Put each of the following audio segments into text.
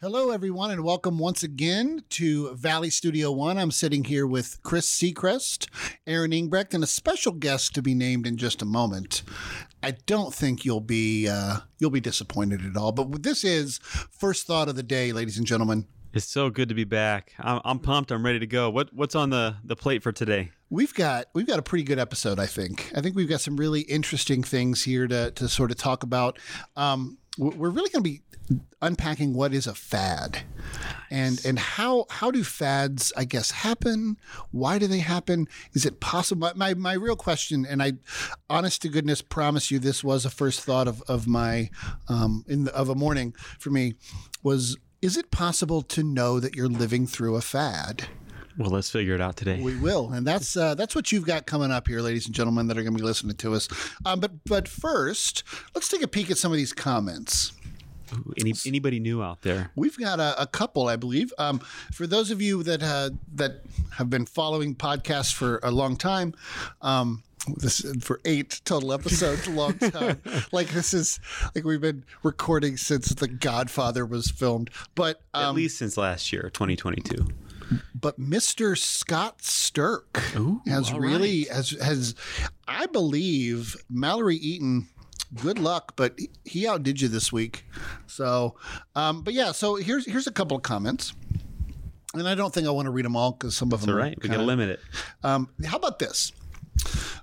Hello, everyone, and welcome once again to Valley Studio One. I'm sitting here with Chris Seacrest, Aaron Ingbrecht, and a special guest to be named in just a moment. I don't think you'll be uh, you'll be disappointed at all. But this is first thought of the day, ladies and gentlemen. It's so good to be back. I'm, I'm pumped. I'm ready to go. What what's on the the plate for today? We've got we've got a pretty good episode, I think. I think we've got some really interesting things here to to sort of talk about. Um, we're we're really going to be unpacking what is a fad, and and how how do fads, I guess, happen? Why do they happen? Is it possible? My my real question, and I, honest to goodness, promise you, this was a first thought of of my, um, in the, of a morning for me, was is it possible to know that you're living through a fad? Well, let's figure it out today. We will, and that's uh, that's what you've got coming up here, ladies and gentlemen, that are going to be listening to us. Um, but but first, let's take a peek at some of these comments. Ooh, Any, anybody new out there? We've got a, a couple, I believe. Um, for those of you that uh, that have been following podcasts for a long time, um, this for eight total episodes, a long time. Like this is like we've been recording since The Godfather was filmed, but At um, least since last year, 2022. but Mr. Scott Stirk Ooh, has all really has has I believe Mallory Eaton. Good luck, but he outdid you this week. So, um, but yeah, so here's here's a couple of comments, and I don't think I want to read them all because some of them All are right, we kinda- gotta limit it. um, how about this?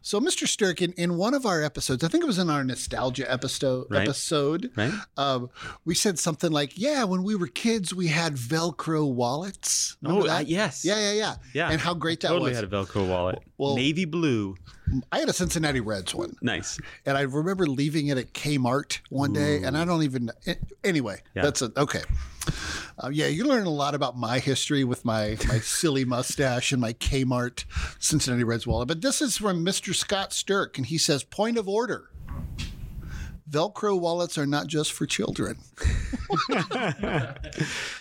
So, Mr. Stirk, in, in one of our episodes, I think it was in our nostalgia episode, Right. episode Right. Um, we said something like, "Yeah, when we were kids, we had Velcro wallets." Remember Oh, uh, that? yes. yeah, yeah, yeah, Yeah. And how great that totally was! had a Velcro wallet. Well- Navy blue. I had a Cincinnati Reds one, Nice. and I remember leaving it at Kmart one day, and I don't even. a- Anyway, Yeah. that's a, okay. Uh, yeah, you learn a lot about my history with my my silly mustache and my Kmart Cincinnati Reds wallet. But this is from Mr. Scott Stirk, and he says, "Point of order: Velcro wallets are not just for children."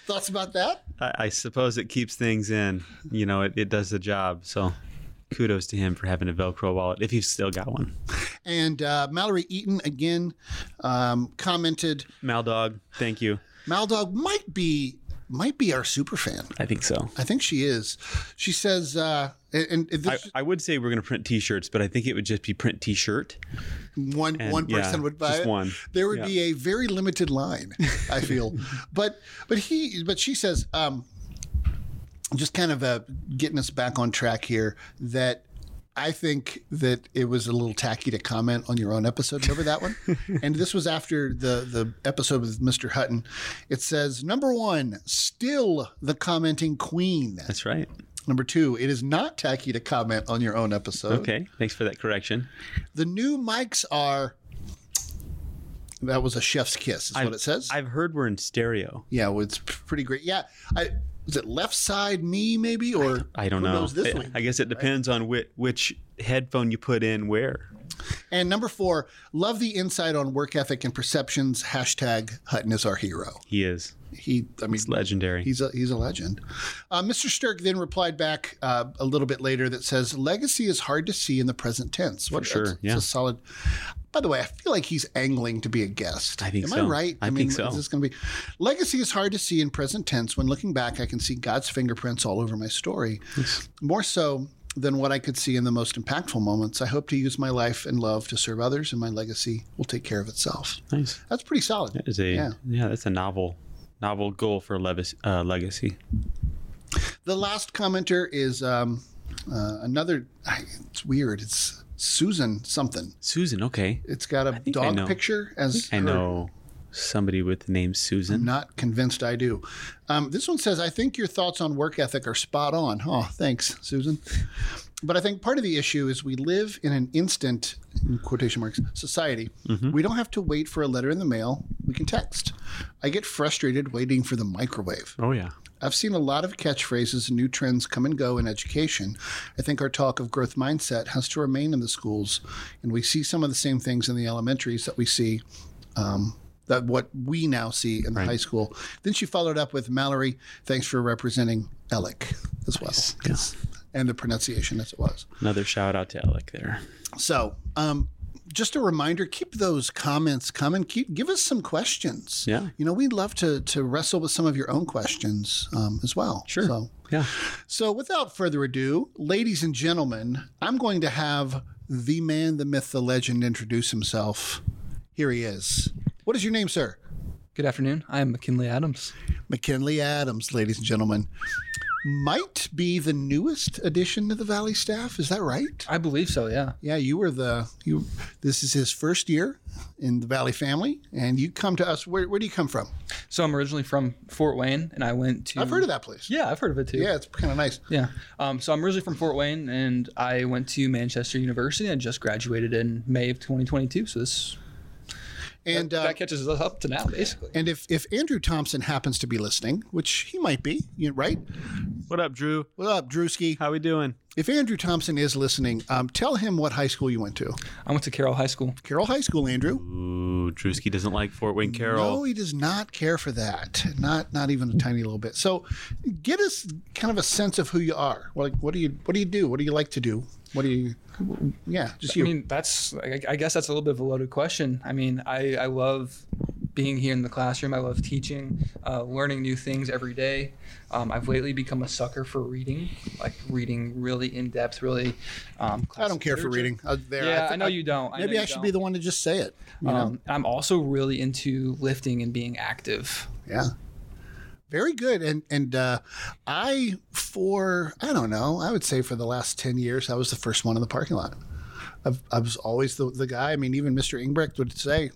Thoughts about that? I, I suppose it keeps things in. You know, it, it does the job. So kudos to him for having a Velcro wallet if he's still got one. And uh, Mallory Eaton again um, commented, Maldog, thank you. "Maldog might be might be our super fan." I think so. I think she is. She says, uh, and, and I, this I would say we're going to print T-shirts, but I think it would just be print T-shirt. one and, one person yeah, would buy just it. one. There would Yeah. be a very limited line, I feel. but but he but she says, um, just kind of uh, getting us back on track here. That I think that it was a little tacky to comment on your own episode. Remember that one? and this was after the the episode with Mr. Hutton. It says number one, still the commenting queen. That's right. Number two, it is not tacky to comment on your own episode. Okay, thanks for that correction. The new mics are. That was a chef's kiss, is what it says. I've heard we're in stereo. yeah, well, it's p- pretty great. Yeah, I is it left side me maybe or I don't who know. knows this I, week? I guess it depends on which, which headphone you put in where. and number four, love the insight on work ethic and perceptions. Hashtag Hutton is our hero. He is. He, I mean, It's legendary. He's a he's a legend. Uh, Mr. Stirk then replied back uh, a little bit later that says, "Legacy is hard to see in the present tense." What, sure, that's- yeah. It's a solid. By the way, I feel like he's angling to be a guest. I think Am I so. right? I mean, think so. Is this going to be? Legacy is hard to see in present tense. When looking back, I can see God's fingerprints all over my story, more so than what I could see in the most impactful moments. I hope to use my life and love to serve others, and my legacy will take care of itself. nice. That's pretty solid. That is a Yeah. yeah. That's a novel novel goal for Levis, uh, legacy. The last commenter is um, uh, another. I- It's weird. It's Susan something. Susan. Okay. It's got a think I dog know. picture as I her- know somebody with the name Susan. Not convinced I do. Um, this one says, I think your thoughts on work ethic are spot on. Oh, thanks, Susan. But I think part of the issue is we live in an instant, in quotation marks, society. Mm-hmm. We don't have to wait for a letter in the mail. We can text. I get frustrated waiting for the microwave. Oh yeah. I've seen a lot of catchphrases and new trends come and go in education. I think our talk of growth mindset has to remain in the schools, and we see some of the same things in the elementaries that we see, um, that what we now see in the high school. Then she followed up with Mallory, thanks for representing Alec as well, and the pronunciation as it was. Another shout out to Alec there. So, um, just a reminder keep those comments coming keep give us some questions Yeah. you know we'd love to to wrestle with some of your own questions um, as well Sure. so Yeah. so without further ado ladies and gentlemen i'm going to have the man the myth the legend introduce himself here he is what is your name sir Good afternoon. I am McKinley Adams. mckinley adams ladies and gentlemen might be the newest addition to the valley staff is that right I believe so, yeah. Yeah, you were the you. This is his first year in the Valley family, and you come to us. Where, where do you come from? So I'm originally from Fort Wayne and I went to I've heard of that place. Yeah, I've heard of it too. Yeah, it's kind of nice. Yeah. Um, so I'm originally from Fort Wayne and I went to Manchester University. I just graduated in May of 2022. So this And uh, that catches us up to now, basically. and if if Andrew Thompson happens to be listening, which he might be, you right? What up, Drew? What up, Drewski? How we doing? If Andrew Thompson is listening, um, tell him what high school you went to. I went to Carroll High School. Carroll High School, Andrew. Ooh, Drewski doesn't like Fort Wayne Carroll. No, he does not care for that. Not not even a tiny little bit. So, get us kind of a sense of who you are. Like, what do you what do you do? What do you like to do? What do you? Yeah, just you. I mean, that's, I I guess that's a little bit of a loaded question. I mean, I, I love being here in the classroom. I love teaching, uh, learning new things every day. Um, I've lately become a sucker for reading, like reading really in depth, really. Um, I don't care for literature. reading. Uh, there, Yeah, I, thi- know you don't. Maybe I, should be the one to just say it. you know? Um, I'm also really into lifting and being active. Yeah. Very good. And and uh, I for I don't know, I would say for the last ten years, I was the first one in the parking lot. I've, I was always the, the guy. I mean, even Mr. Ingbrecht would say,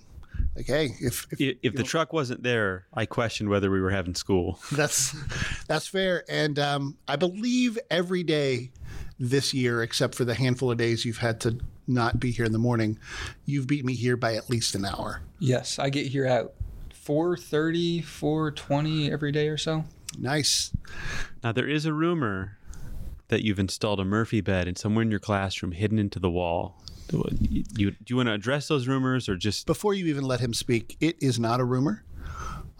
like, hey, if, if I- If the truck wasn't there, I questioned whether we were having school. that's that's fair. And um, I believe every day this year, except for the handful of days you've had to not be here in the morning, you've beat me here by at least an hour. Yes, I get here at 4:30, 4:20 every day or so. Nice. Now there is a rumor that you've installed a Murphy bed and somewhere in your classroom, hidden into the wall. Do you, do you want to address those rumors or just before you even let him speak, it is not a rumor.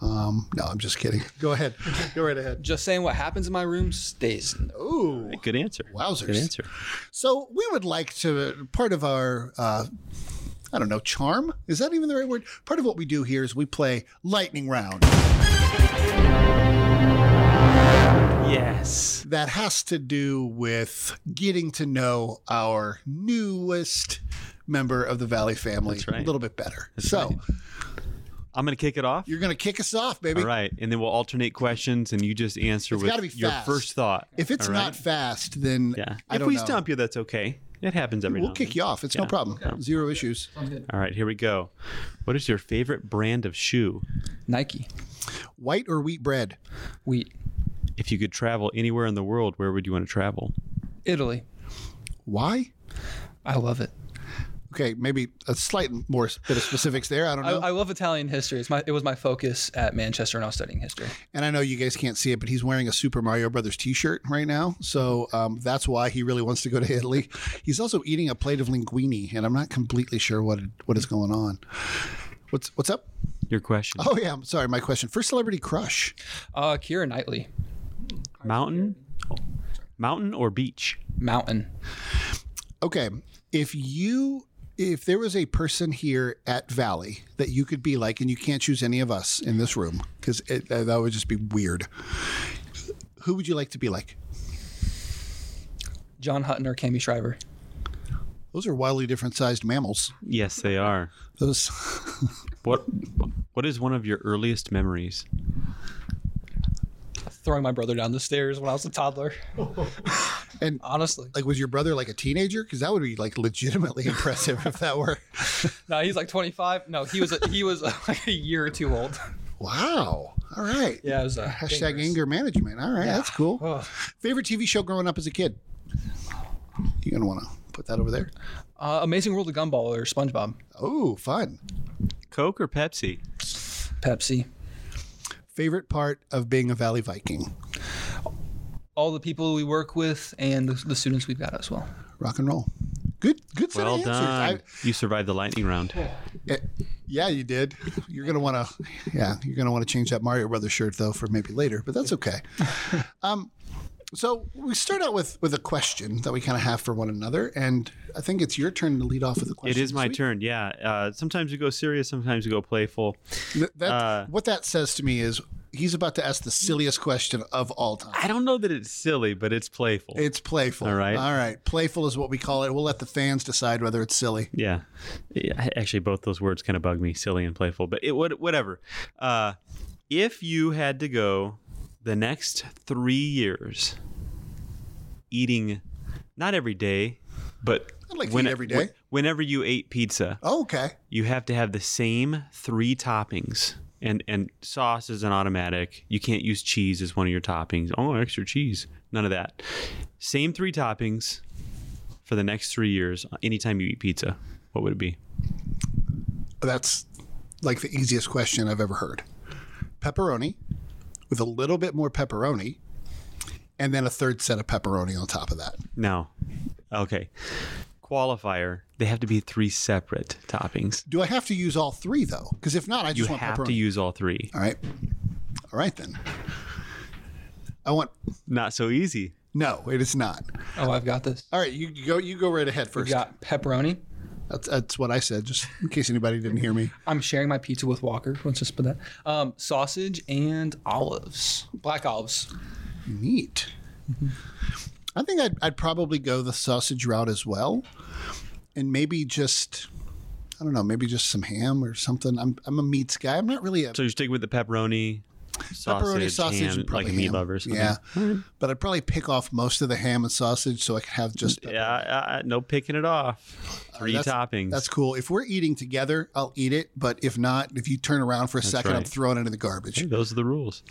Um, no, I'm just kidding. Go ahead. Go right ahead. Just saying, what happens in my room stays. in the- Ooh. good answer? Wowzers. Good answer. So we would like to, part of our, uh, I don't know, charm? Is that even the right word? Part of what we do here is we play lightning round. Yes. That has to do with getting to know our newest member of the Valley family That's right. a little bit better. so right. I'm going to kick it off. you're going to kick us off, baby. All right. And then we'll alternate questions and you just answer gotta be with your fast. first thought. If it's All right? not fast, then Yeah. I if don't we know. stump you, that's okay. It happens every we'll now and then. kick you off. It's no Yeah. problem. Zero issues. All right, here we go. What is your favorite brand of shoe? Nike, White or wheat bread? wheat, If you could travel anywhere in the world, where would you want to travel? Italy. Why? I love it. Okay, maybe a slight more bit of specifics there. I don't I, know. I love Italian history. It's my it was my focus at Manchester when I was studying history. and I know you guys can't see it, but he's wearing a Super Mario Brothers T-shirt right now, so um, that's why he really wants to go to Italy. he's also eating a plate of linguine, and I'm not completely sure what what is going on. What's what's up? Your question. Oh yeah, I'm sorry. My question: First celebrity crush? Uh, Kira Knightley, Mountain? Mountain or beach? mountain. Okay, if you if there was a person here at Valley that you could be like, and you can't choose any of us in this room because that would just be weird. Who would you like to be like? John Hutton or Cami Shriver. Those are wildly different sized mammals. Yes, they are. Those What what is one of your earliest memories? Throwing my brother down the stairs when I was a toddler. and Honestly, like was your brother like a teenager? Because that would be like legitimately impressive if that were. no, he's like 25. No, he was a, he was like a year or two old. Wow. All right. Yeah, it was uh, a Hashtag anger management. All right, that's cool. Oh. Favorite TV show growing up as a kid? You're gonna want to put that over there. Uh, Amazing World of Gumball or SpongeBob, Oh, fun. Coke or Pepsi? Pepsi. Favorite part of being a Valley Viking? All the people we work with and the, the students we've got as well. Rock and roll. Good. Good set Well of done. answers. you survived the lightning round. I, eh, yeah, you did. You're gonna want to. Yeah, you're gonna want to change that Mario Brothers shirt though for maybe later, but that's okay. um, So we start out with with a question that we kind of have for one another, and I think it's your turn to lead off with a question. It is this my week. turn. Yeah. Uh, sometimes we go serious. Sometimes we go playful. Th- that- Uh, what that says to me is he's about to ask the silliest question of all time. I don't know that it's silly, but it's playful. It's playful. All right. All right. Playful is what we call it. We'll let the fans decide whether it's silly. Yeah. Yeah, Actually, both those words kind of bug me, silly and playful, but it would, whatever. Uh, if you had to go the next three years eating, not every day, but I'd like to eat every day. when- whenever you ate pizza, Oh, okay. you have to have the same three toppings. And, and sauce is an automatic. You can't use cheese as one of your toppings. Oh, extra cheese. None of that. Same three toppings for the next three years. Anytime you eat pizza, what would it be? That's like the easiest question I've ever heard. Pepperoni with a little bit more pepperoni and then a third set of pepperoni on top of that. No. Okay. Qualifier. They have to be three separate toppings. Do I have to use all three though? Because if not, I You just want have pepperoni. to use all three. all right. All right then. I want Not so easy. no, it is not. Oh, I've got this. All right, you you go you go right ahead We've first. got pepperoni. That's, that's what I said, just in case anybody didn't hear me. I'm sharing my pizza with Walker. Let's just put that. Um, sausage and olives, black olives. Neat. I think I'd, I'd probably go the sausage route as well, and maybe just I don't know, maybe just some ham or something. I'm I'm a meats guy. I'm not really a So you're sticking with the pepperoni, sausage, pepperoni sausage ham, and probably like a meat ham. lover. or something. Yeah, but I'd probably pick off most of the ham and sausage so I could have just pepperoni. Yeah, uh, uh, no picking it off. Three that's- toppings. That's cool. If we're eating together, I'll eat it. But if not, if you turn around for a second, I'm right. throwing it in the garbage. Hey, those are the rules.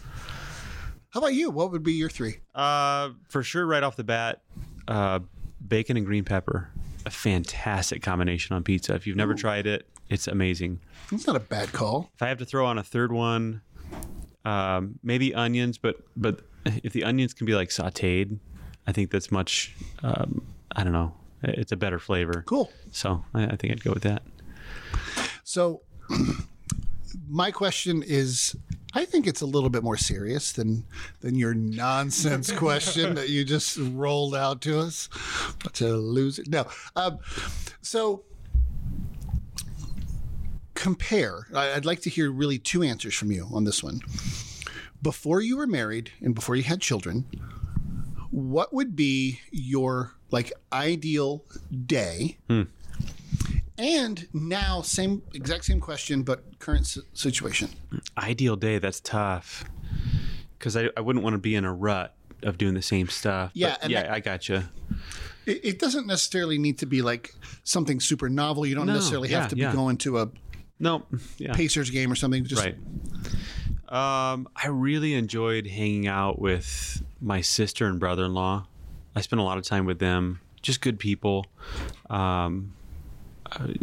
How about you? What would be your three? Uh, for sure, right off the bat, uh, bacon and green pepper. A fantastic combination on pizza. If you've never tried it, it's amazing. That's not a bad call. if I have to throw on a third one, um, maybe onions, but but if the onions can be like sautéed, I think that's much. Um, I don't know. It's a better flavor. Cool. So I, I think I'd go with that. So, my question is, I think it's a little bit more serious than than your nonsense question that you just rolled out to us. But to lose it, no. Um, so, compare. I, I'd like to hear really two answers from you on this one. Before you were married and before you had children, what would be your like ideal day? And now, same exact same question, but current si- situation. Ideal day. That's tough because I, I wouldn't want to be in a rut of doing the same stuff. Yeah, But and yeah. that- I gotcha. It, it doesn't necessarily need to be like something super novel. You don't No, necessarily yeah, have to be yeah. going to a No. Yeah. Pacers game or something. Just Right. Um, I really enjoyed hanging out with my sister and brother in law. I spent a lot of time with them. Just good people. Um, I,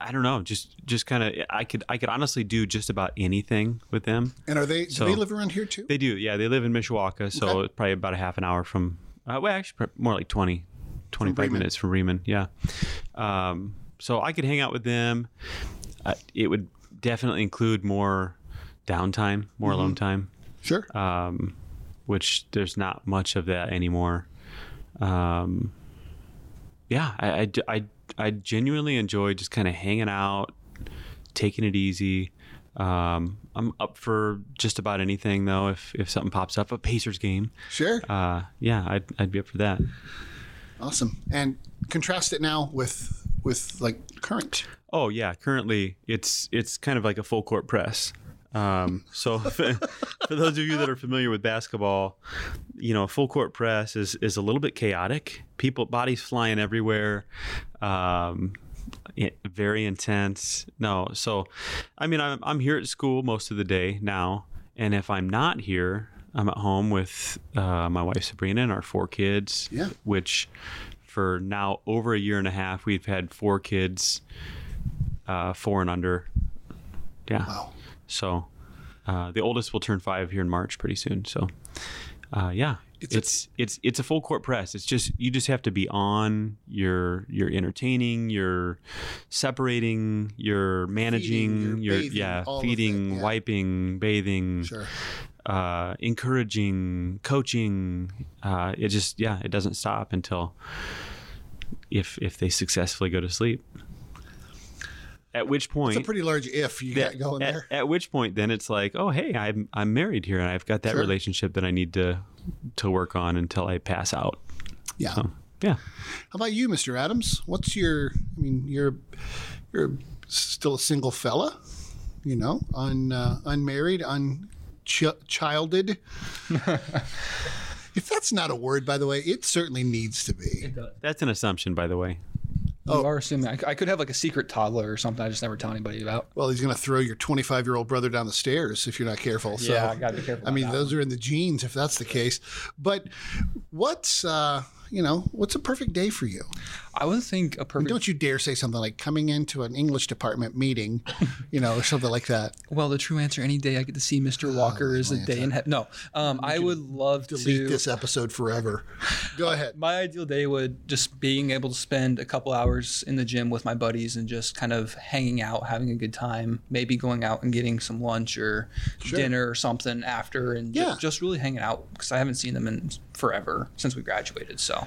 I don't know. Just just kind of. I could I could honestly do just about anything with them. And are they? So- do they live around here too? They do. Yeah, they live in Mishawaka, so Okay. it's probably about a half an hour from. Uh, well, actually, pr- more like 20, 25 Bremen. minutes from Bremen. Yeah. Um, so I could hang out with them. Uh, it would definitely include more downtime, more alone Mm-hmm. time sure. um, which there's not much of that anymore. Um, yeah, I, I, I, I genuinely enjoy just kind of hanging out, taking it easy. Um, I'm up for just about anything though. If, if something pops up, a Pacers game, sure. uh, yeah, I'd, I'd be up for that. awesome. And contrast it now with with like current. Oh yeah, currently it's it's kind of like a full court press. Um, so for, for those of you that are familiar with basketball, you know, a full court press is is a little bit chaotic. People bodies flying everywhere. Um, it- very intense. No, so I mean, I'm I'm here at school most of the day now, and if I'm not here, I'm at home with uh, my wife Sabrina and our four kids. Yeah. Which, for now over a year and a half, we've had four kids uh, four and under. Yeah. Wow. So uh, the oldest will turn five here in March pretty soon. So uh, yeah, It's it's a- it's, it's a full court press. It's just you just have to be on. You're you're entertaining. You're separating. You're managing. you're you're bathing, yeah all of it, feeding, yeah. wiping, bathing. Sure. uh, encouraging, coaching. Uh, it just yeah, it doesn't stop until if if they successfully go to sleep. At which point, It's a pretty large if you got that- going at, there. at which point, then it's like, oh hey, I'm I'm married here, and I've got that Sure. relationship that I need to to work on until I pass out. Yeah. So yeah, How about you, Mr. Adams? What's your? I mean, you're you're still a single fella, you know, un uh, unmarried, unchilded. if that's not a word, by the way, it certainly needs to be. that's an assumption, by the way. Oh. You are assuming I, c- I could have like a secret toddler or something. I just never tell anybody about. Well, he's going to throw your 25 year old brother down the stairs if you're not careful. So. yeah, I gotta be careful. I mean, those are in the genes if that's the case. But what's uh, you know what's a perfect day for you? I would think a perfect. Don't you dare say something like coming into an English department meeting, you know, or something like that. Well, the true answer any day I get to see Mr. Walker is a day in heaven. No, um, I would love Delete to. this episode forever. Go ahead. My ideal day would just being able to spend a couple hours in the gym with my buddies and just kind of hanging out, having a good time, maybe going out and getting some lunch or dinner or something after, and ju- Yeah. just, really hanging out because I haven't seen them in forever since we graduated. So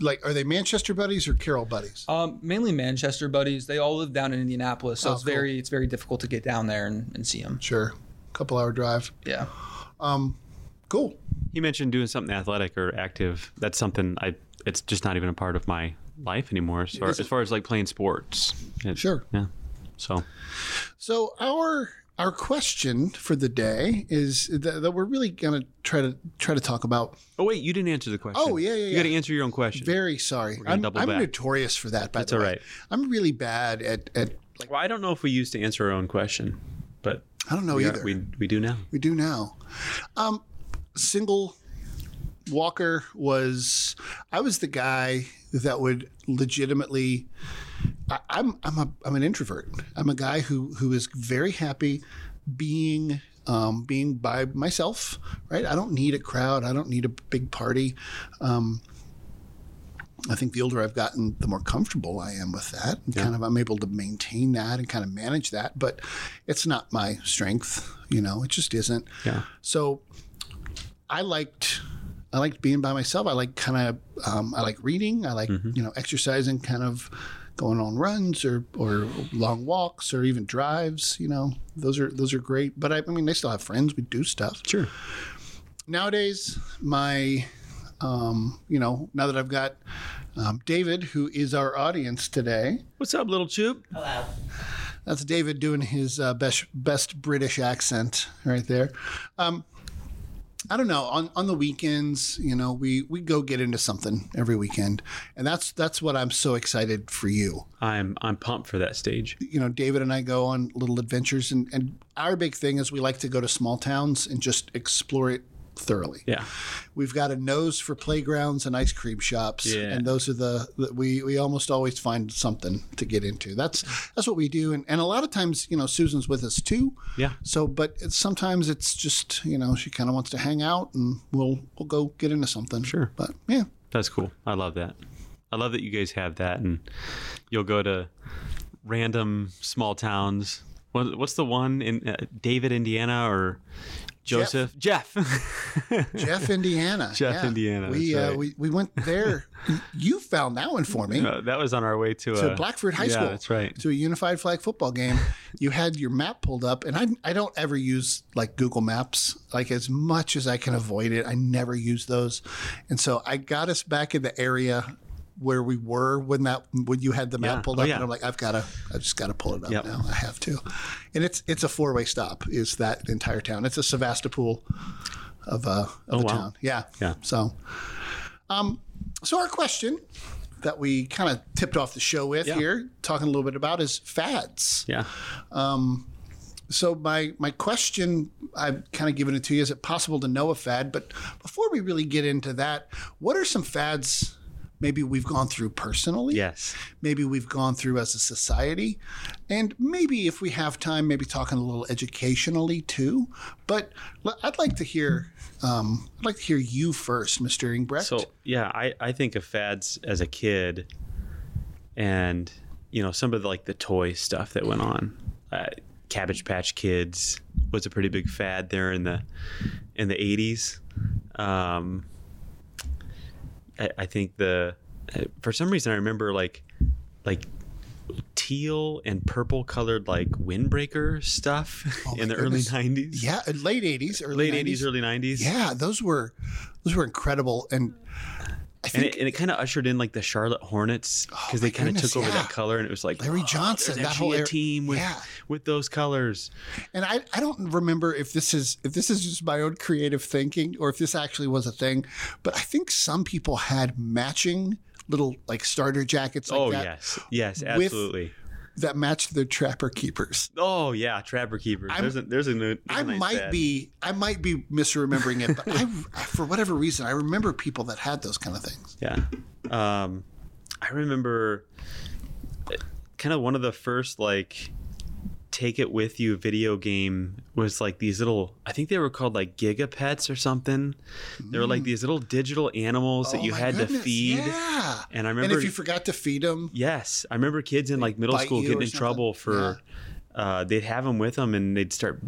Like, are they Manchester buddies or Carroll buddies? um, mainly Manchester buddies. They all live down in Indianapolis, so Oh, it's cool. very it's very difficult to get down there and, and see them. Sure. Couple hour drive. Yeah. Cool. He mentioned doing something athletic or active. That's something I. It's just not even a part of my life anymore. As far as, far as like playing sports. It- Sure. Yeah. So So our our question for the day is that, that we're really gonna try to try to talk about. Oh wait, you didn't answer the question. Oh, yeah, yeah, You yeah. got to answer your own question. Very sorry. I'm, double I'm back. notorious for that. By That's the all way, right. I'm really bad at at. Like, well, I don't know if we used to answer our own question, but I don't know we, are- Oh, either. we we do now. We do now. Um, single Walker was I was the guy that would legitimately. I, I'm I'm a I'm an introvert. I'm a guy who who is very happy being. Um, being by myself, right? I don't need a crowd. I don't need a big party. Um, I think the older I've gotten, the more comfortable I am with that. And Kind of, I'm able to maintain that and kind of manage that, but it's not my strength. You know, it just isn't. Yeah. So I liked I liked being by myself. I like kind of um, I like reading. I like you know exercising, kind of going on runs or or long walks or even drives. You know, those are those are great. But I, I mean, I still have friends. We do stuff Sure. nowadays my um, you know now that i've got um, david who is our audience today What's up, little choop? that's david doing his uh, best best british accent right there um, i don't know on, on the weekends you know we we go get into something every weekend and that's that's what i'm so excited for you I'm I'm pumped for that stage. you know, David and I go on little adventures, and, and our big thing is we like to go to small towns and just explore it thoroughly. Yeah. We've got a nose for playgrounds and ice cream shops, Yeah. and those are the, the we we almost always find something to get into. That's that's what we do, and and a lot of times, you know, Susan's with us too. Yeah. So, but it's, sometimes it's just you know she kind of wants to hang out, and we'll we'll go get into something. Sure. But yeah, That's cool. I love that. I love that you guys have that, and you'll go to random small towns. What, what's the one in uh, David, Indiana, or Joseph? Jeff. Jeff, Indiana. Jeff, Indiana, We that's uh, right. we we went there. you found that one for me. Uh, that was on our way to, to uh, Blackford High yeah, School. That's right. To a unified flag football game. You had your map pulled up, and I, I don't ever use like Google Maps, like as much as I can avoid it. I never use those. And so I got us back in the area where we were when that when you had the map Yeah. pulled Oh, up yeah. and I'm like I've got to I just got to pull it up Yep. now I have to and it's it's a four way stop is that entire town it's a Sevastopol of a of a Oh, wow. town yeah Yeah. so um so our question that we kind of tipped off the show with here, talking a little bit about is fads. Yeah. So my my question, I've kind of given it to you. Is it possible to know a fad? But before we really get into that, what are some fads? Maybe we've gone through personally. Yes. Maybe we've gone through as a society, and maybe if we have time, maybe talking a little educationally too. But l- I'd like to hear, um, I'd like to hear you first, Mister Ingbrecht. So yeah, I, I think of fads as a kid, and you know some of the, like the toy stuff that went on, uh, Cabbage Patch Kids, was a pretty big fad there in the in the eighties. Um, I, I think the uh, for some reason I remember like like teal and purple colored like windbreaker stuff Oh my in the goodness. early 90s Yeah, uh, late eighties, early late 80s early 90s Yeah, those were those were incredible, and I and think Oh, it, and it kind of ushered in like the Charlotte Hornets because my they kind of goodness, took over yeah. that color and it was like Larry "Oh, Johnson, there's that whole actually a era- team with yeah. with those colors. and I, I don't remember if this is if this is just my own creative thinking or if this actually was a thing, but I think some people had matching little like starter jackets like oh that yes, yes, with- absolutely. that matched their trapper keepers. Oh yeah, Trapper Keepers. I'm- there's a, there's a, there's a I nice might ad. be I might be misremembering it, but I for whatever reason I remember people that had those kind of things. Yeah. Um, I remember kind of one of the first like take it with you video game was like these little I think they were called like gigapets or something. They were like these little digital animals that Mm. Oh, you my had to goodness, feed. Yeah. And I And remember if you forgot to feed them, Yes, I remember kids in like middle bite school you getting or in something? trouble for uh, they'd have them with them and they'd start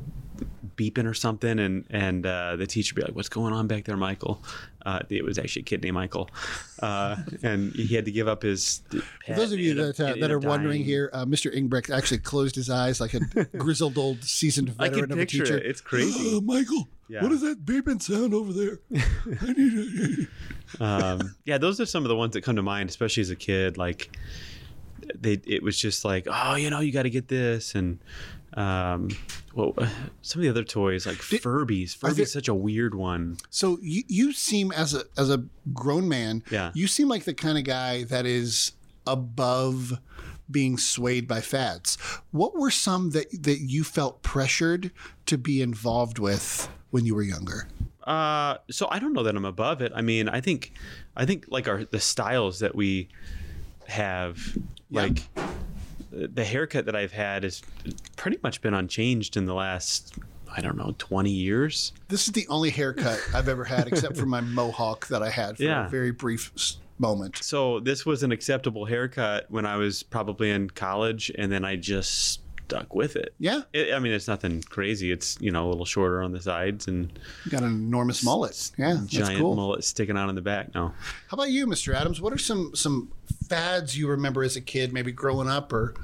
beeping or something, and and uh, the teacher would be like, "What's going on back there, Michael?" Uh, it was actually a kid named Michael, uh, and he had to give up his. For pet those of and you ended up- that, uh, ended that up are wondering dying. here, uh, Mr. Ingbrecht actually closed his eyes like a grizzled old seasoned I can veteran of a picture teacher. it. It's crazy. "Uh, Michael, Yeah. what is that beeping sound over there? I need a... um, yeah, those are some of the ones that come to mind, especially as a kid. Like they, it was just like, oh, you know, you got to get this, and um, well, some of the other toys like Furbies. are Furby's there- such a weird one. So you, you seem as a as a grown man, Yeah. you seem like the kind of guy that is above being swayed by fads. What were some that that you felt pressured to be involved with when you were younger? Uh, so I don't know that I'm above it. I mean, I think, I think like our the styles that we have, Yeah. like the haircut that I've had is pretty much been unchanged in the last I don't know 20 years. This is the only haircut I've ever had, except for my mohawk that I had for Yeah. a very brief s- moment. So this was an acceptable haircut when I was probably in college, and then I just stuck with it. Yeah, It, I mean, it's nothing crazy. It's you know a little shorter on the sides and got an enormous mullet. Yeah, that's giant cool. mullet sticking out in the back now. How about you, Mr. Adams? What are some some fads you remember as a kid, maybe growing up or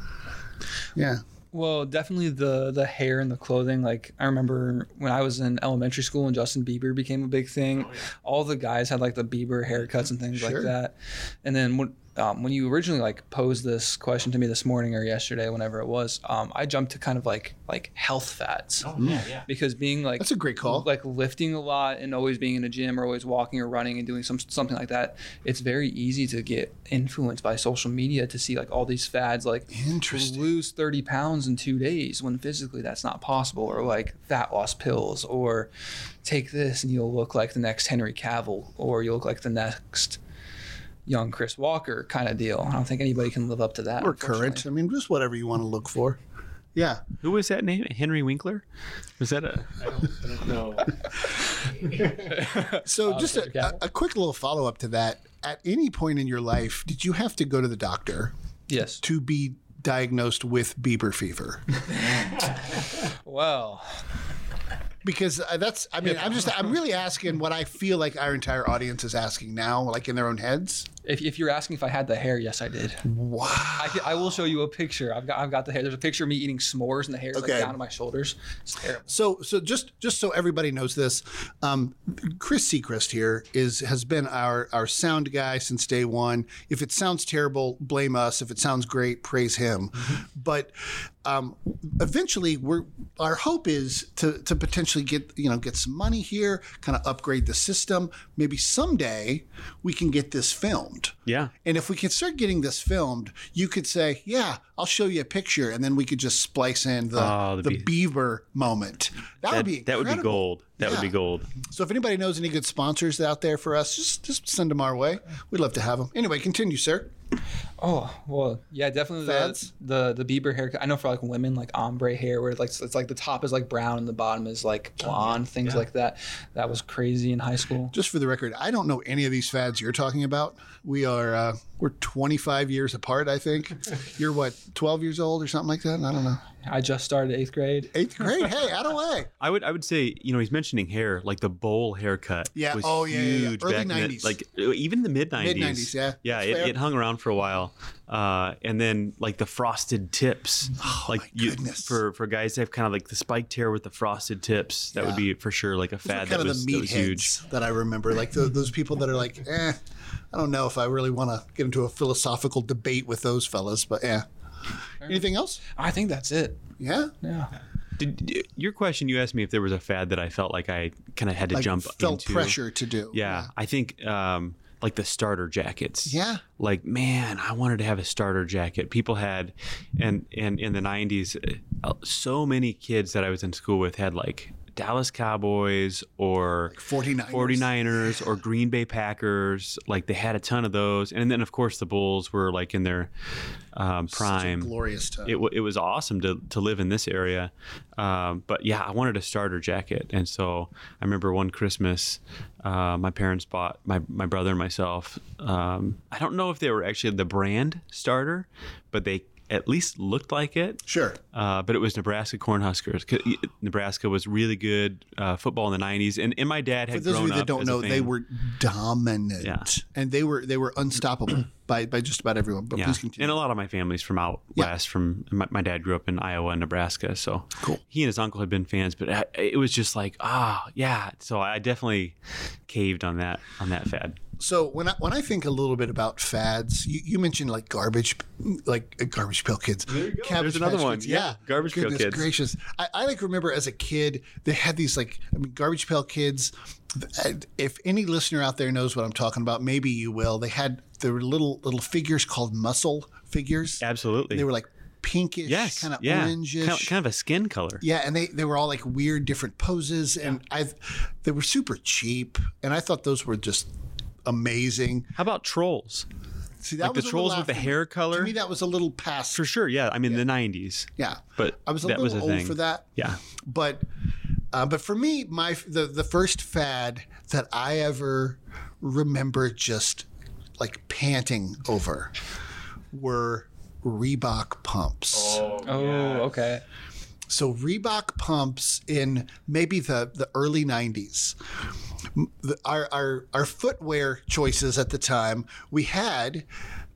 Yeah. Well, definitely the the hair and the clothing. Like I remember when I was in elementary school and Justin Bieber became a big thing. All the guys had like the Bieber haircuts and things Sure. like that. And then when um, when you originally like posed this question to me this morning or yesterday, whenever it was, um, I jumped to kind of like like health fads. Oh yeah, yeah. Because being like That's a great call. like lifting a lot and always being in a gym or always walking or running and doing some something like that, it's very easy to get influenced by social media to see like all these fads like Interesting. lose 30 pounds in 2 days when physically that's not possible or like fat loss pills or take this and you'll look like the next Henry Cavill or you'll look like the next young Chris Walker kind of deal. I don't think anybody can live up to that. Or current. I mean, just whatever you want to look for. Yeah. Who was that name? Henry Winkler? Was that a So just Dr. a, Cavill? a quick little follow up to that. At any point in your life, did you have to go to the doctor Yes. to be diagnosed with Bieber fever? Well, Because uh, that's, I mean, I'm just, I'm really asking what I feel like our entire audience is asking now, like in their own heads. if, if you're asking if I had the hair, yes, I did. Wow. I, I will show you a picture. I've got I've got the hair. There's a picture of me eating s'mores and the hair is Okay. like down to my shoulders. It's terrible. So, so just just so everybody knows this, um, Chris Seacrest here is has been our our sound guy since day one. If it sounds terrible, blame us. If it sounds great, praise him. But um, eventually, we're our hope is to to potentially get you know get some money here, kind of upgrade the system. Maybe someday we can get this filmed. yeah? And if we can start getting this filmed, you could say, "Yeah, I'll show you a picture," and then we could just splice in the Oh, the the beaver moment. That, would be that would be incredible. gold. That would be Yeah. gold. So if anybody knows any good sponsors out there for us, just just send them our way. We'd love to have them. Anyway, continue, sir. Oh well, yeah, definitely the, Fads? the the Bieber haircut. I know for like women, like ombre hair, where it's like it's like the top is like brown and the bottom is like Oh, blonde, things like that. That was crazy in high school. Just for the record, I don't know any of these fads you're talking about. We are uh, we're 25 years apart, I think. You're what 12 years old or something like that. I don't know. I just started eighth grade. Eighth grade. hey, out of way. I would I would say you know he's mentioning hair like the bowl haircut. Yeah, Was oh, yeah, yeah, yeah. huge Early back in the- 90s. like even the mid nineties. Mid-nineties, yeah. Yeah. That's It, fair. it hung around for a while, uh, and then like the frosted tips. like you, Oh, goodness. for for guys that have kind of like the spiked hair with the frosted tips. That would Yeah. be for sure like a fad kind that of was, the that was huge. meatheads that I remember, like tho- those people that are like, eh, I don't know if I really want to get into a philosophical debate with those fellas, but yeah. Anything else? I think that's it. Yeah, Yeah. Did, your question you asked me if there was a fad that I felt like I kind of had to like jump felt into. pressure to do. Yeah, I think um, like the starter jackets. Yeah. Like man, I wanted to have a starter jacket. People had, and and in the '90s, uh, so many kids that I was in school with had like Dallas Cowboys or 49. 49ers or Green Bay Packers. Like they had a ton of those, and then of course the Bulls were like in their um, prime Glorious time. it, wa it was awesome to, to live in this area. Um, but yeah, I wanted a starter jacket. And so I remember one Christmas, uh, my parents bought my, my brother and myself. Um, I don't know if they were actually the brand starter, but they at least looked like it. sure. Uh, but it was Nebraska Cornhuskers. 'Cause Nebraska was really good uh, football in the '90s, and, and my dad had For those of grown you that up don't as a know, they fan. were dominant, Yeah. and they were they were unstoppable by by just about everyone. But Yeah. please continue. And a lot of my family's from out Yeah. west. From my, my dad grew up in Iowa and Nebraska, so Cool. He and his uncle had been fans, but I, it was just like, ah, yeah. So I definitely caved on that on that fad. So when I when I think a little bit about fads, you, you mentioned like garbage, like uh, garbage pill kids. There you go. There's another one. Yeah. Garbage Pail Goodness Kids. Gracious, I, I like remember as a kid they had these like I mean garbage pill kids. th- If any listener out there knows what I'm talking about, maybe you will. They had there were little little figures called muscle figures. Absolutely. They were like pinkish, yes, kind of yeah, orangish. kind, kind of a skin color. Yeah, and they they were all like weird different poses, and I they were super cheap, and I thought those were just amazing. How about trolls? See, that Like the was a little trolls with the after- hair color? To me, that was a little past. For sure. Yeah. I mean, the '90s. Yeah, But I was a that little was a old thing. for that. Yeah. but uh, but for me, my the the first fad that I ever remember just like panting over were Reebok pumps. Oh, okay. So Reebok pumps in maybe the, the early 90s. M- the- our, our, our footwear choices at the time, we had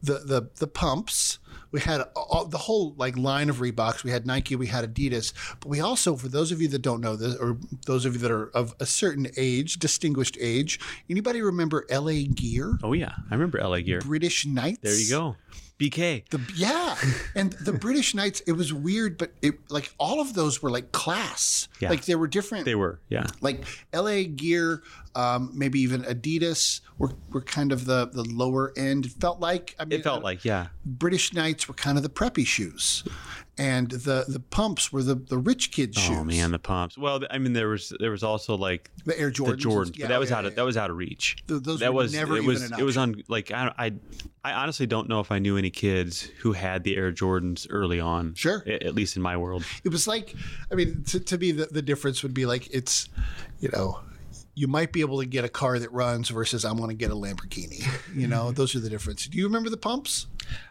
the, the, the pumps. We had all, the whole like line of Reeboks. We had Nike, we had Adidas, but we also, for those of you that don't know this, or those of you that are of a certain age, distinguished age, anybody remember LA Gear, Oh yeah. I remember LA Gear. British Knights? There you go. BK. The yeah, and the British Knights. It was weird, but it like all of those were like class. Yeah. Like they were different. They were. Yeah. like L.A. Gear, um, maybe even Adidas were, were kind of the the lower end. It felt like I mean, It felt I- like yeah. British Knights were kind of the preppy shoes, and the the pumps were the the rich kid shoes. Oh man, the pumps. Well, I mean, there was there was also like the Air Jordans. the Jordan, Yeah, but that was yeah, out of yeah. that was out of reach. Th- those that were was never it even was an it was on like I I I honestly don't know if I knew any kids who had the Air Jordans early on. Sure. A- at least in my world. it was like i mean to, to me the, the difference would be like it's you know you might be able to get a car that runs versus i'm going to get a lamborghini you know those are the difference do you remember the pumps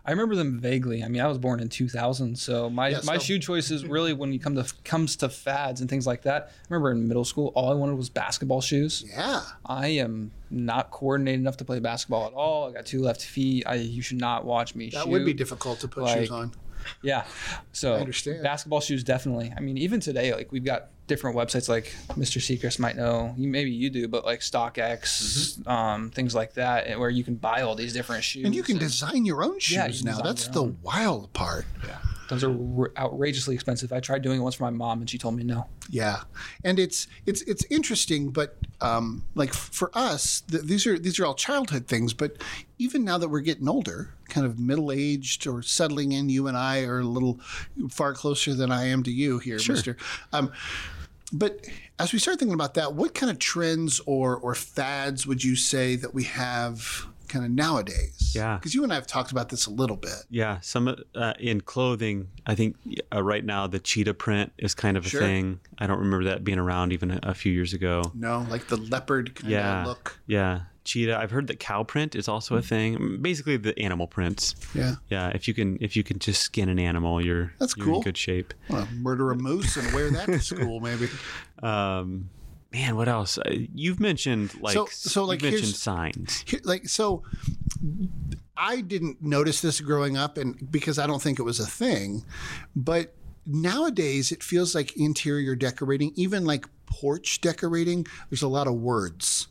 I remember them vaguely. I mean, I was born in 2000, so my, Yeah, my so- shoe choices really when you come to comes to fads and things like that. I remember in middle school, all I wanted was basketball shoes. yeah I am not coordinated enough to play basketball at all. I got two left feet. I you should not watch me that shoot. would be difficult to put shoes Like- on Yeah. So understand. basketball shoes definitely. I mean, even today, like we've got different websites like Mr. Secrets might know, you maybe you do, but like StockX, um, things like that, and where you can buy all these different shoes. Mm-hmm. and you can design your own shoes Yeah, you can now design that's your the own. wild part those are r- outrageously expensive. I tried doing it once for my mom and she told me no. yeah and it's it's it's interesting but um like f- for us th- these are these are all childhood things but even now that we're getting older kind of middle-aged or settling in you and i are a little far closer than i am to you here mister um but as we start thinking about that what kind of trends or or fads would you say that we have kind of nowadays? Yeah. Because you and I have talked about this a little bit. Yeah, some uh, in clothing. I think uh, right now the cheetah print is kind of a Sure. thing. I don't remember that being around even a, a few years ago. No, like the leopard kind Yeah. of look. Yeah, cheetah. I've heard that cow print is also a thing. Basically, the animal prints. Yeah. Yeah, if you can if you can just skin an animal, you're That's you're cool. in good shape. Wanna murder a moose and wear that to school, maybe. Um, man, what else? Uh, You've mentioned like So- s- so, like, you've mentioned here's- signs. Here- Like so, I didn't notice this growing up, and because I don't think it was a thing, but nowadays it feels like interior decorating, even like porch decorating. There's a lot of words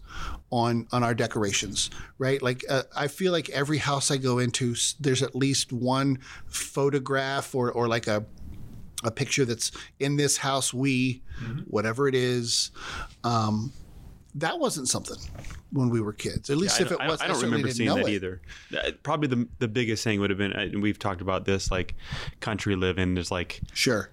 on on our decorations, right? Like uh, I feel like every house I go into, s- there's at least one photograph or or like a a picture that's in this house we Mm-hmm. whatever it is um that wasn't something when we were kids at least I if it don't- I- was I don't certainly remember didn't seeing know that it. either. Uh, Probably the the biggest thing would have been, and we've talked about this, like country living. There's like, sure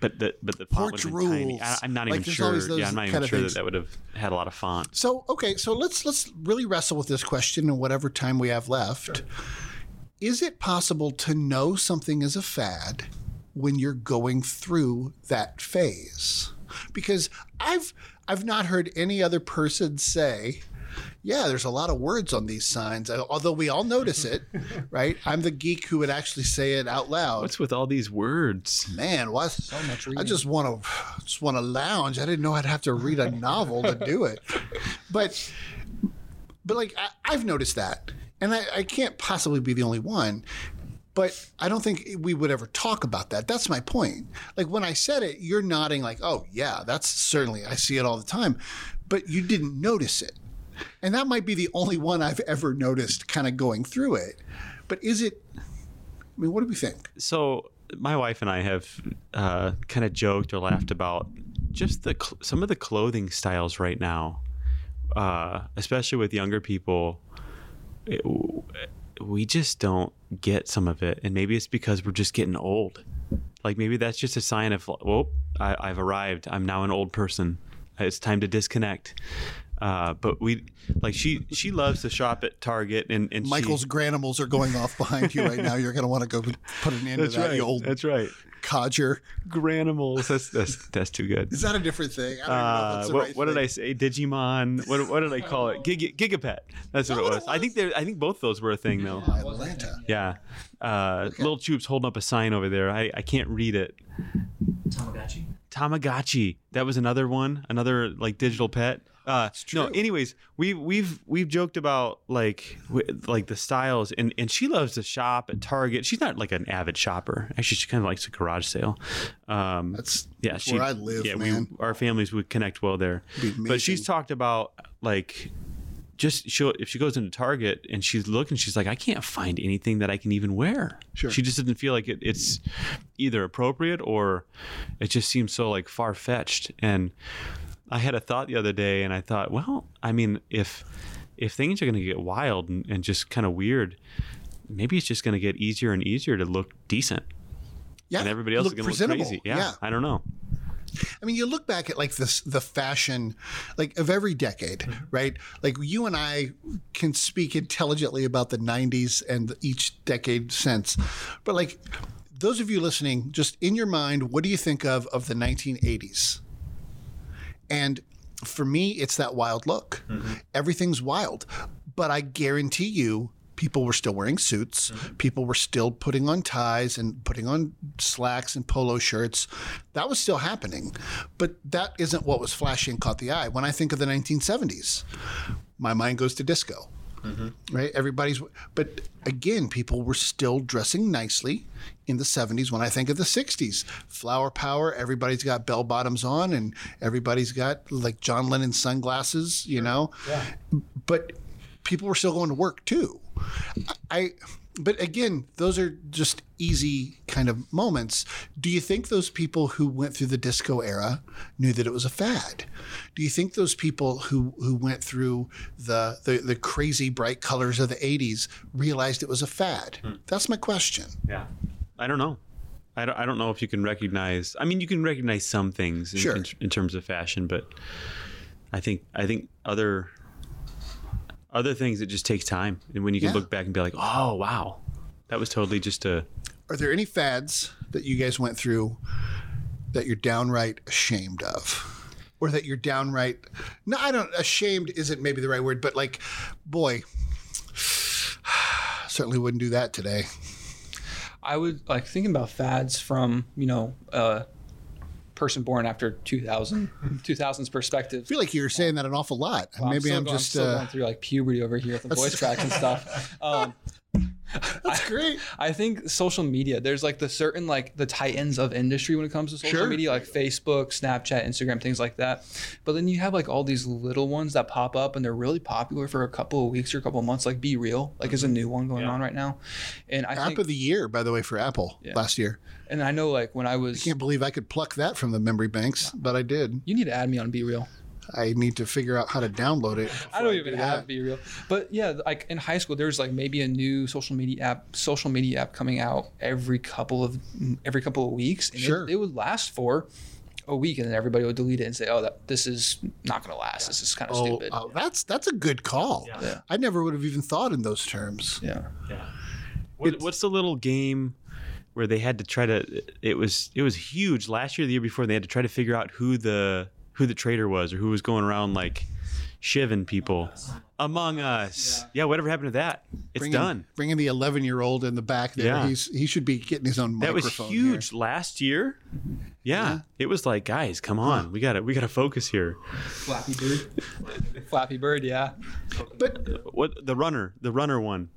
but the but the font Porch would have been tiny. I, rules. I'm Like, not even there's sure. always those Yeah, I'm not even kinda sure things. that that would have had a lot of font. so okay so let's let's really wrestle with this question in whatever time we have left is it possible to know something is a fad when you're going through that phase because i've i've not heard any other person say yeah, there's a lot of words on these signs, although we all notice it, right? I'm the geek who would actually say it out loud. What's with all these words? Man, what? So much I reading. just want to, just want to lounge. I didn't know I'd have to read a novel to do it, but, but like I, I've noticed that, and I, I can't possibly be the only one. But I don't think we would ever talk about that. That's my point. Like when I said it, you're nodding like, "Oh yeah, that's certainly I see it all the time," but you didn't notice it. And that might be the only one I've ever noticed kind of going through it. But is it I mean, what do we think? So my wife and I have uh, kind of joked or laughed about just the cl- some of the clothing styles right now, uh, especially with younger people. It- we just don't get some of it, and maybe it's because we're just getting old. Like maybe that's just a sign of, well, I, I've arrived. I'm now an old person. It's time to disconnect. Uh, but we like she she loves to shop at Target and and she- Michael's granimals are going off behind you right now. You're going to want to go put an end That's to that, right. you old That's right. codger. Granimals. That's that's that's too good. Is that a different thing? I don't even know if Uh, that's the what, right what thing. Oh. did I say? Digimon. What, what did I call it? Giga, Gigapet. That's what it was. I think there. I think both those were a thing though. Atlanta. Yeah. Uh, Little Choop's holding up a sign over there. I, I can't read it. Tamagotchi. Tamagotchi. That was another one. Another like digital pet. Uh, no. true. Anyways, we we've we've joked about like w- like the styles, and and she loves to shop at Target. She's not like an avid shopper. Actually, she kind of likes a garage sale. Um, That's yeah, where I live, yeah, man. We, our families would connect well there. Be But she's amazing. talked about like just she'll if she goes into Target and she's looking, she's like, I can't find anything that I can even wear. Sure. She just doesn't feel like it, it's either appropriate or it just seems so like far fetched. And I had a thought the other day, and I thought, well, I mean, if if things are going to get wild and, and just kind of weird, maybe it's just going to get easier and easier to look decent, yeah, and everybody else look is going to look presentable. crazy. yeah, I don't know. I mean, you look back at like this the fashion like of every decade, right? Like you and I can speak intelligently about the 90s and each decade since. But like those of you listening, just in your mind, what do you think of of the 1980s? And for me, it's that wild look. Everything's wild. But I guarantee you, people were still wearing suits. People were still putting on ties and putting on slacks and polo shirts. That was still happening. But that isn't what was flashy and caught the eye. When I think of the 1970s, my mind goes to disco. Right, everybody's, but again, people were still dressing nicely in the 70s. When I think of the 60s, flower power, everybody's got bell bottoms on, and everybody's got like John Lennon sunglasses, you know. But people were still going to work too. I, but again, those are just easy kind of moments. Do you think those people who went through the disco era knew that it was a fad? Do you think those people who who went through the the, the crazy bright colors of the '80s realized it was a fad? That's my question. Yeah. I don't know. I don't, I don't know if you can recognize. I mean, you can recognize some things in, Sure. in, in terms of fashion, but I think I think other Other things, it just takes time, and when you can Yeah. look back and be like, "Oh, wow, that was totally just a." Are there any fads that you guys went through that you're downright ashamed of? Or that you're downright no, I don't ashamed isn't maybe the right word, but like, boy, certainly wouldn't do that today. I would like thinking about fads from, you know, a person born after 2000, 2000's perspective. I feel like you're saying that an awful lot. Well, maybe still I'm, going- just still uh, going through like puberty over here with the voice tracks and stuff. Um, that's great. I think social media. There's like the certain like the titans of industry when it comes to social Sure. media, like Facebook, Snapchat, Instagram, things like that. But then you have like all these little ones that pop up and they're really popular for a couple of weeks or a couple of months. Like Be Real, like is a new one going on right now. And I Mm-hmm. App think, of the year, by the way, for Apple Yeah. last year. and I know like when I was, Can't believe I could pluck that from the memory banks, but I did. you need to add me on Be Real. I need to figure out how to download it. I don't before even do have that. Be Real. But yeah, like in high school, there was like maybe a new social media app, social media app coming out every couple of every couple of weeks. And it- Sure. It, would last for a week, and then everybody would delete it and say, "Oh, that this is not going to last. This is kind of Oh, stupid." oh, that's that's a good call. Yeah. Yeah. I never would have even thought in those terms. yeah. What, what's the little game where they had to try to? It was it was huge last year, the year before. They had to try to figure out who the who the traitor was or who was going around like shiving people. Among Us, yeah, whatever happened to that? It's Bringing- done. Bringing the 11 year old in the back there. Yeah. He's he should be getting his own that was microphone. here. huge last year. Mm-hmm. Yeah, it was like, guys, come on, we got to we got to focus here. Flappy Bird. Flappy Bird. Yeah. But What the runner, the runner one,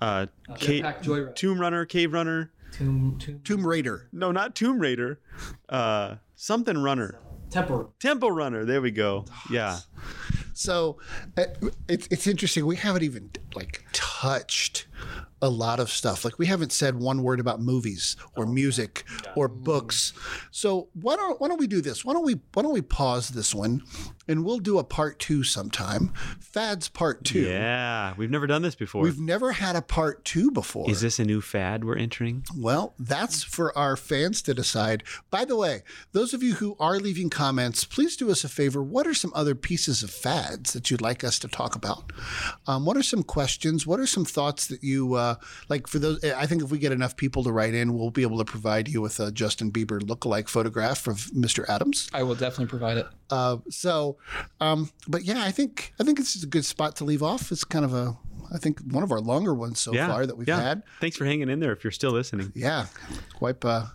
uh, Ca- Jetpack Joyride. Tomb Runner, Cave Runner. Tomb, tomb, Tomb Raider. No, not Tomb Raider. Uh, something Runner, Temple. Temple Runner. There we go. Yeah, So uh, it's it's interesting. We haven't even like touched a lot of stuff. Like we haven't said one word about movies or music or books. So why don't why don't we do this? Why don't we why don't we pause this one, and we'll do a part two sometime. Fads part two. yeah. We've never done this before. We've never had a part two before. Is this a new fad we're entering? Well, that's for our fans to decide. By the way, those of you who are leaving comments, please do us a favor. What are some other pieces of fads that you'd like us to talk about? Um, what are some questions? What are some thoughts that you uh, like? For those, I think if we get enough people to write in, we'll be able to provide you with a Justin Bieber lookalike photograph of Mr. Adams. I will definitely provide it. Uh, so, um, but yeah, I think I think this is a good spot to leave off. It's kind of a, I think one of our longer ones so yeah, far that we've yeah. had. Thanks for hanging in there. If you're still listening. Yeah, wipe, uh,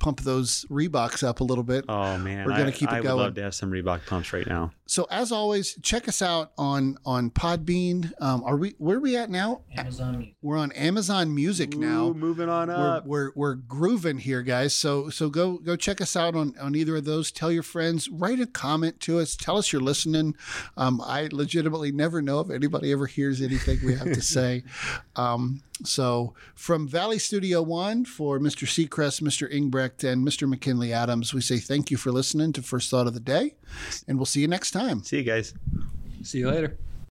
pump those Reeboks up a little bit. Oh man, We're gonna I- keep it I going. would love to have some Reebok pumps right now. So as always, check us out on on Podbean. Um, are we where are we at now? Amazon Music. We're on Amazon Music Ooh, now. moving on We're, up. we're we're grooving here, guys. So so go go check us out on on either of those. Tell your friends. Write a comment to us. Tell us you're listening. Um, I legitimately never know if anybody ever hears anything we have to say. Um, so from Valley Studio One for Mr. Seacrest, Mr. Ingbrecht, and Mr. McKinley Adams, we say thank you for listening to First Thought of the Day, and we'll see you next time. See you guys. See you later.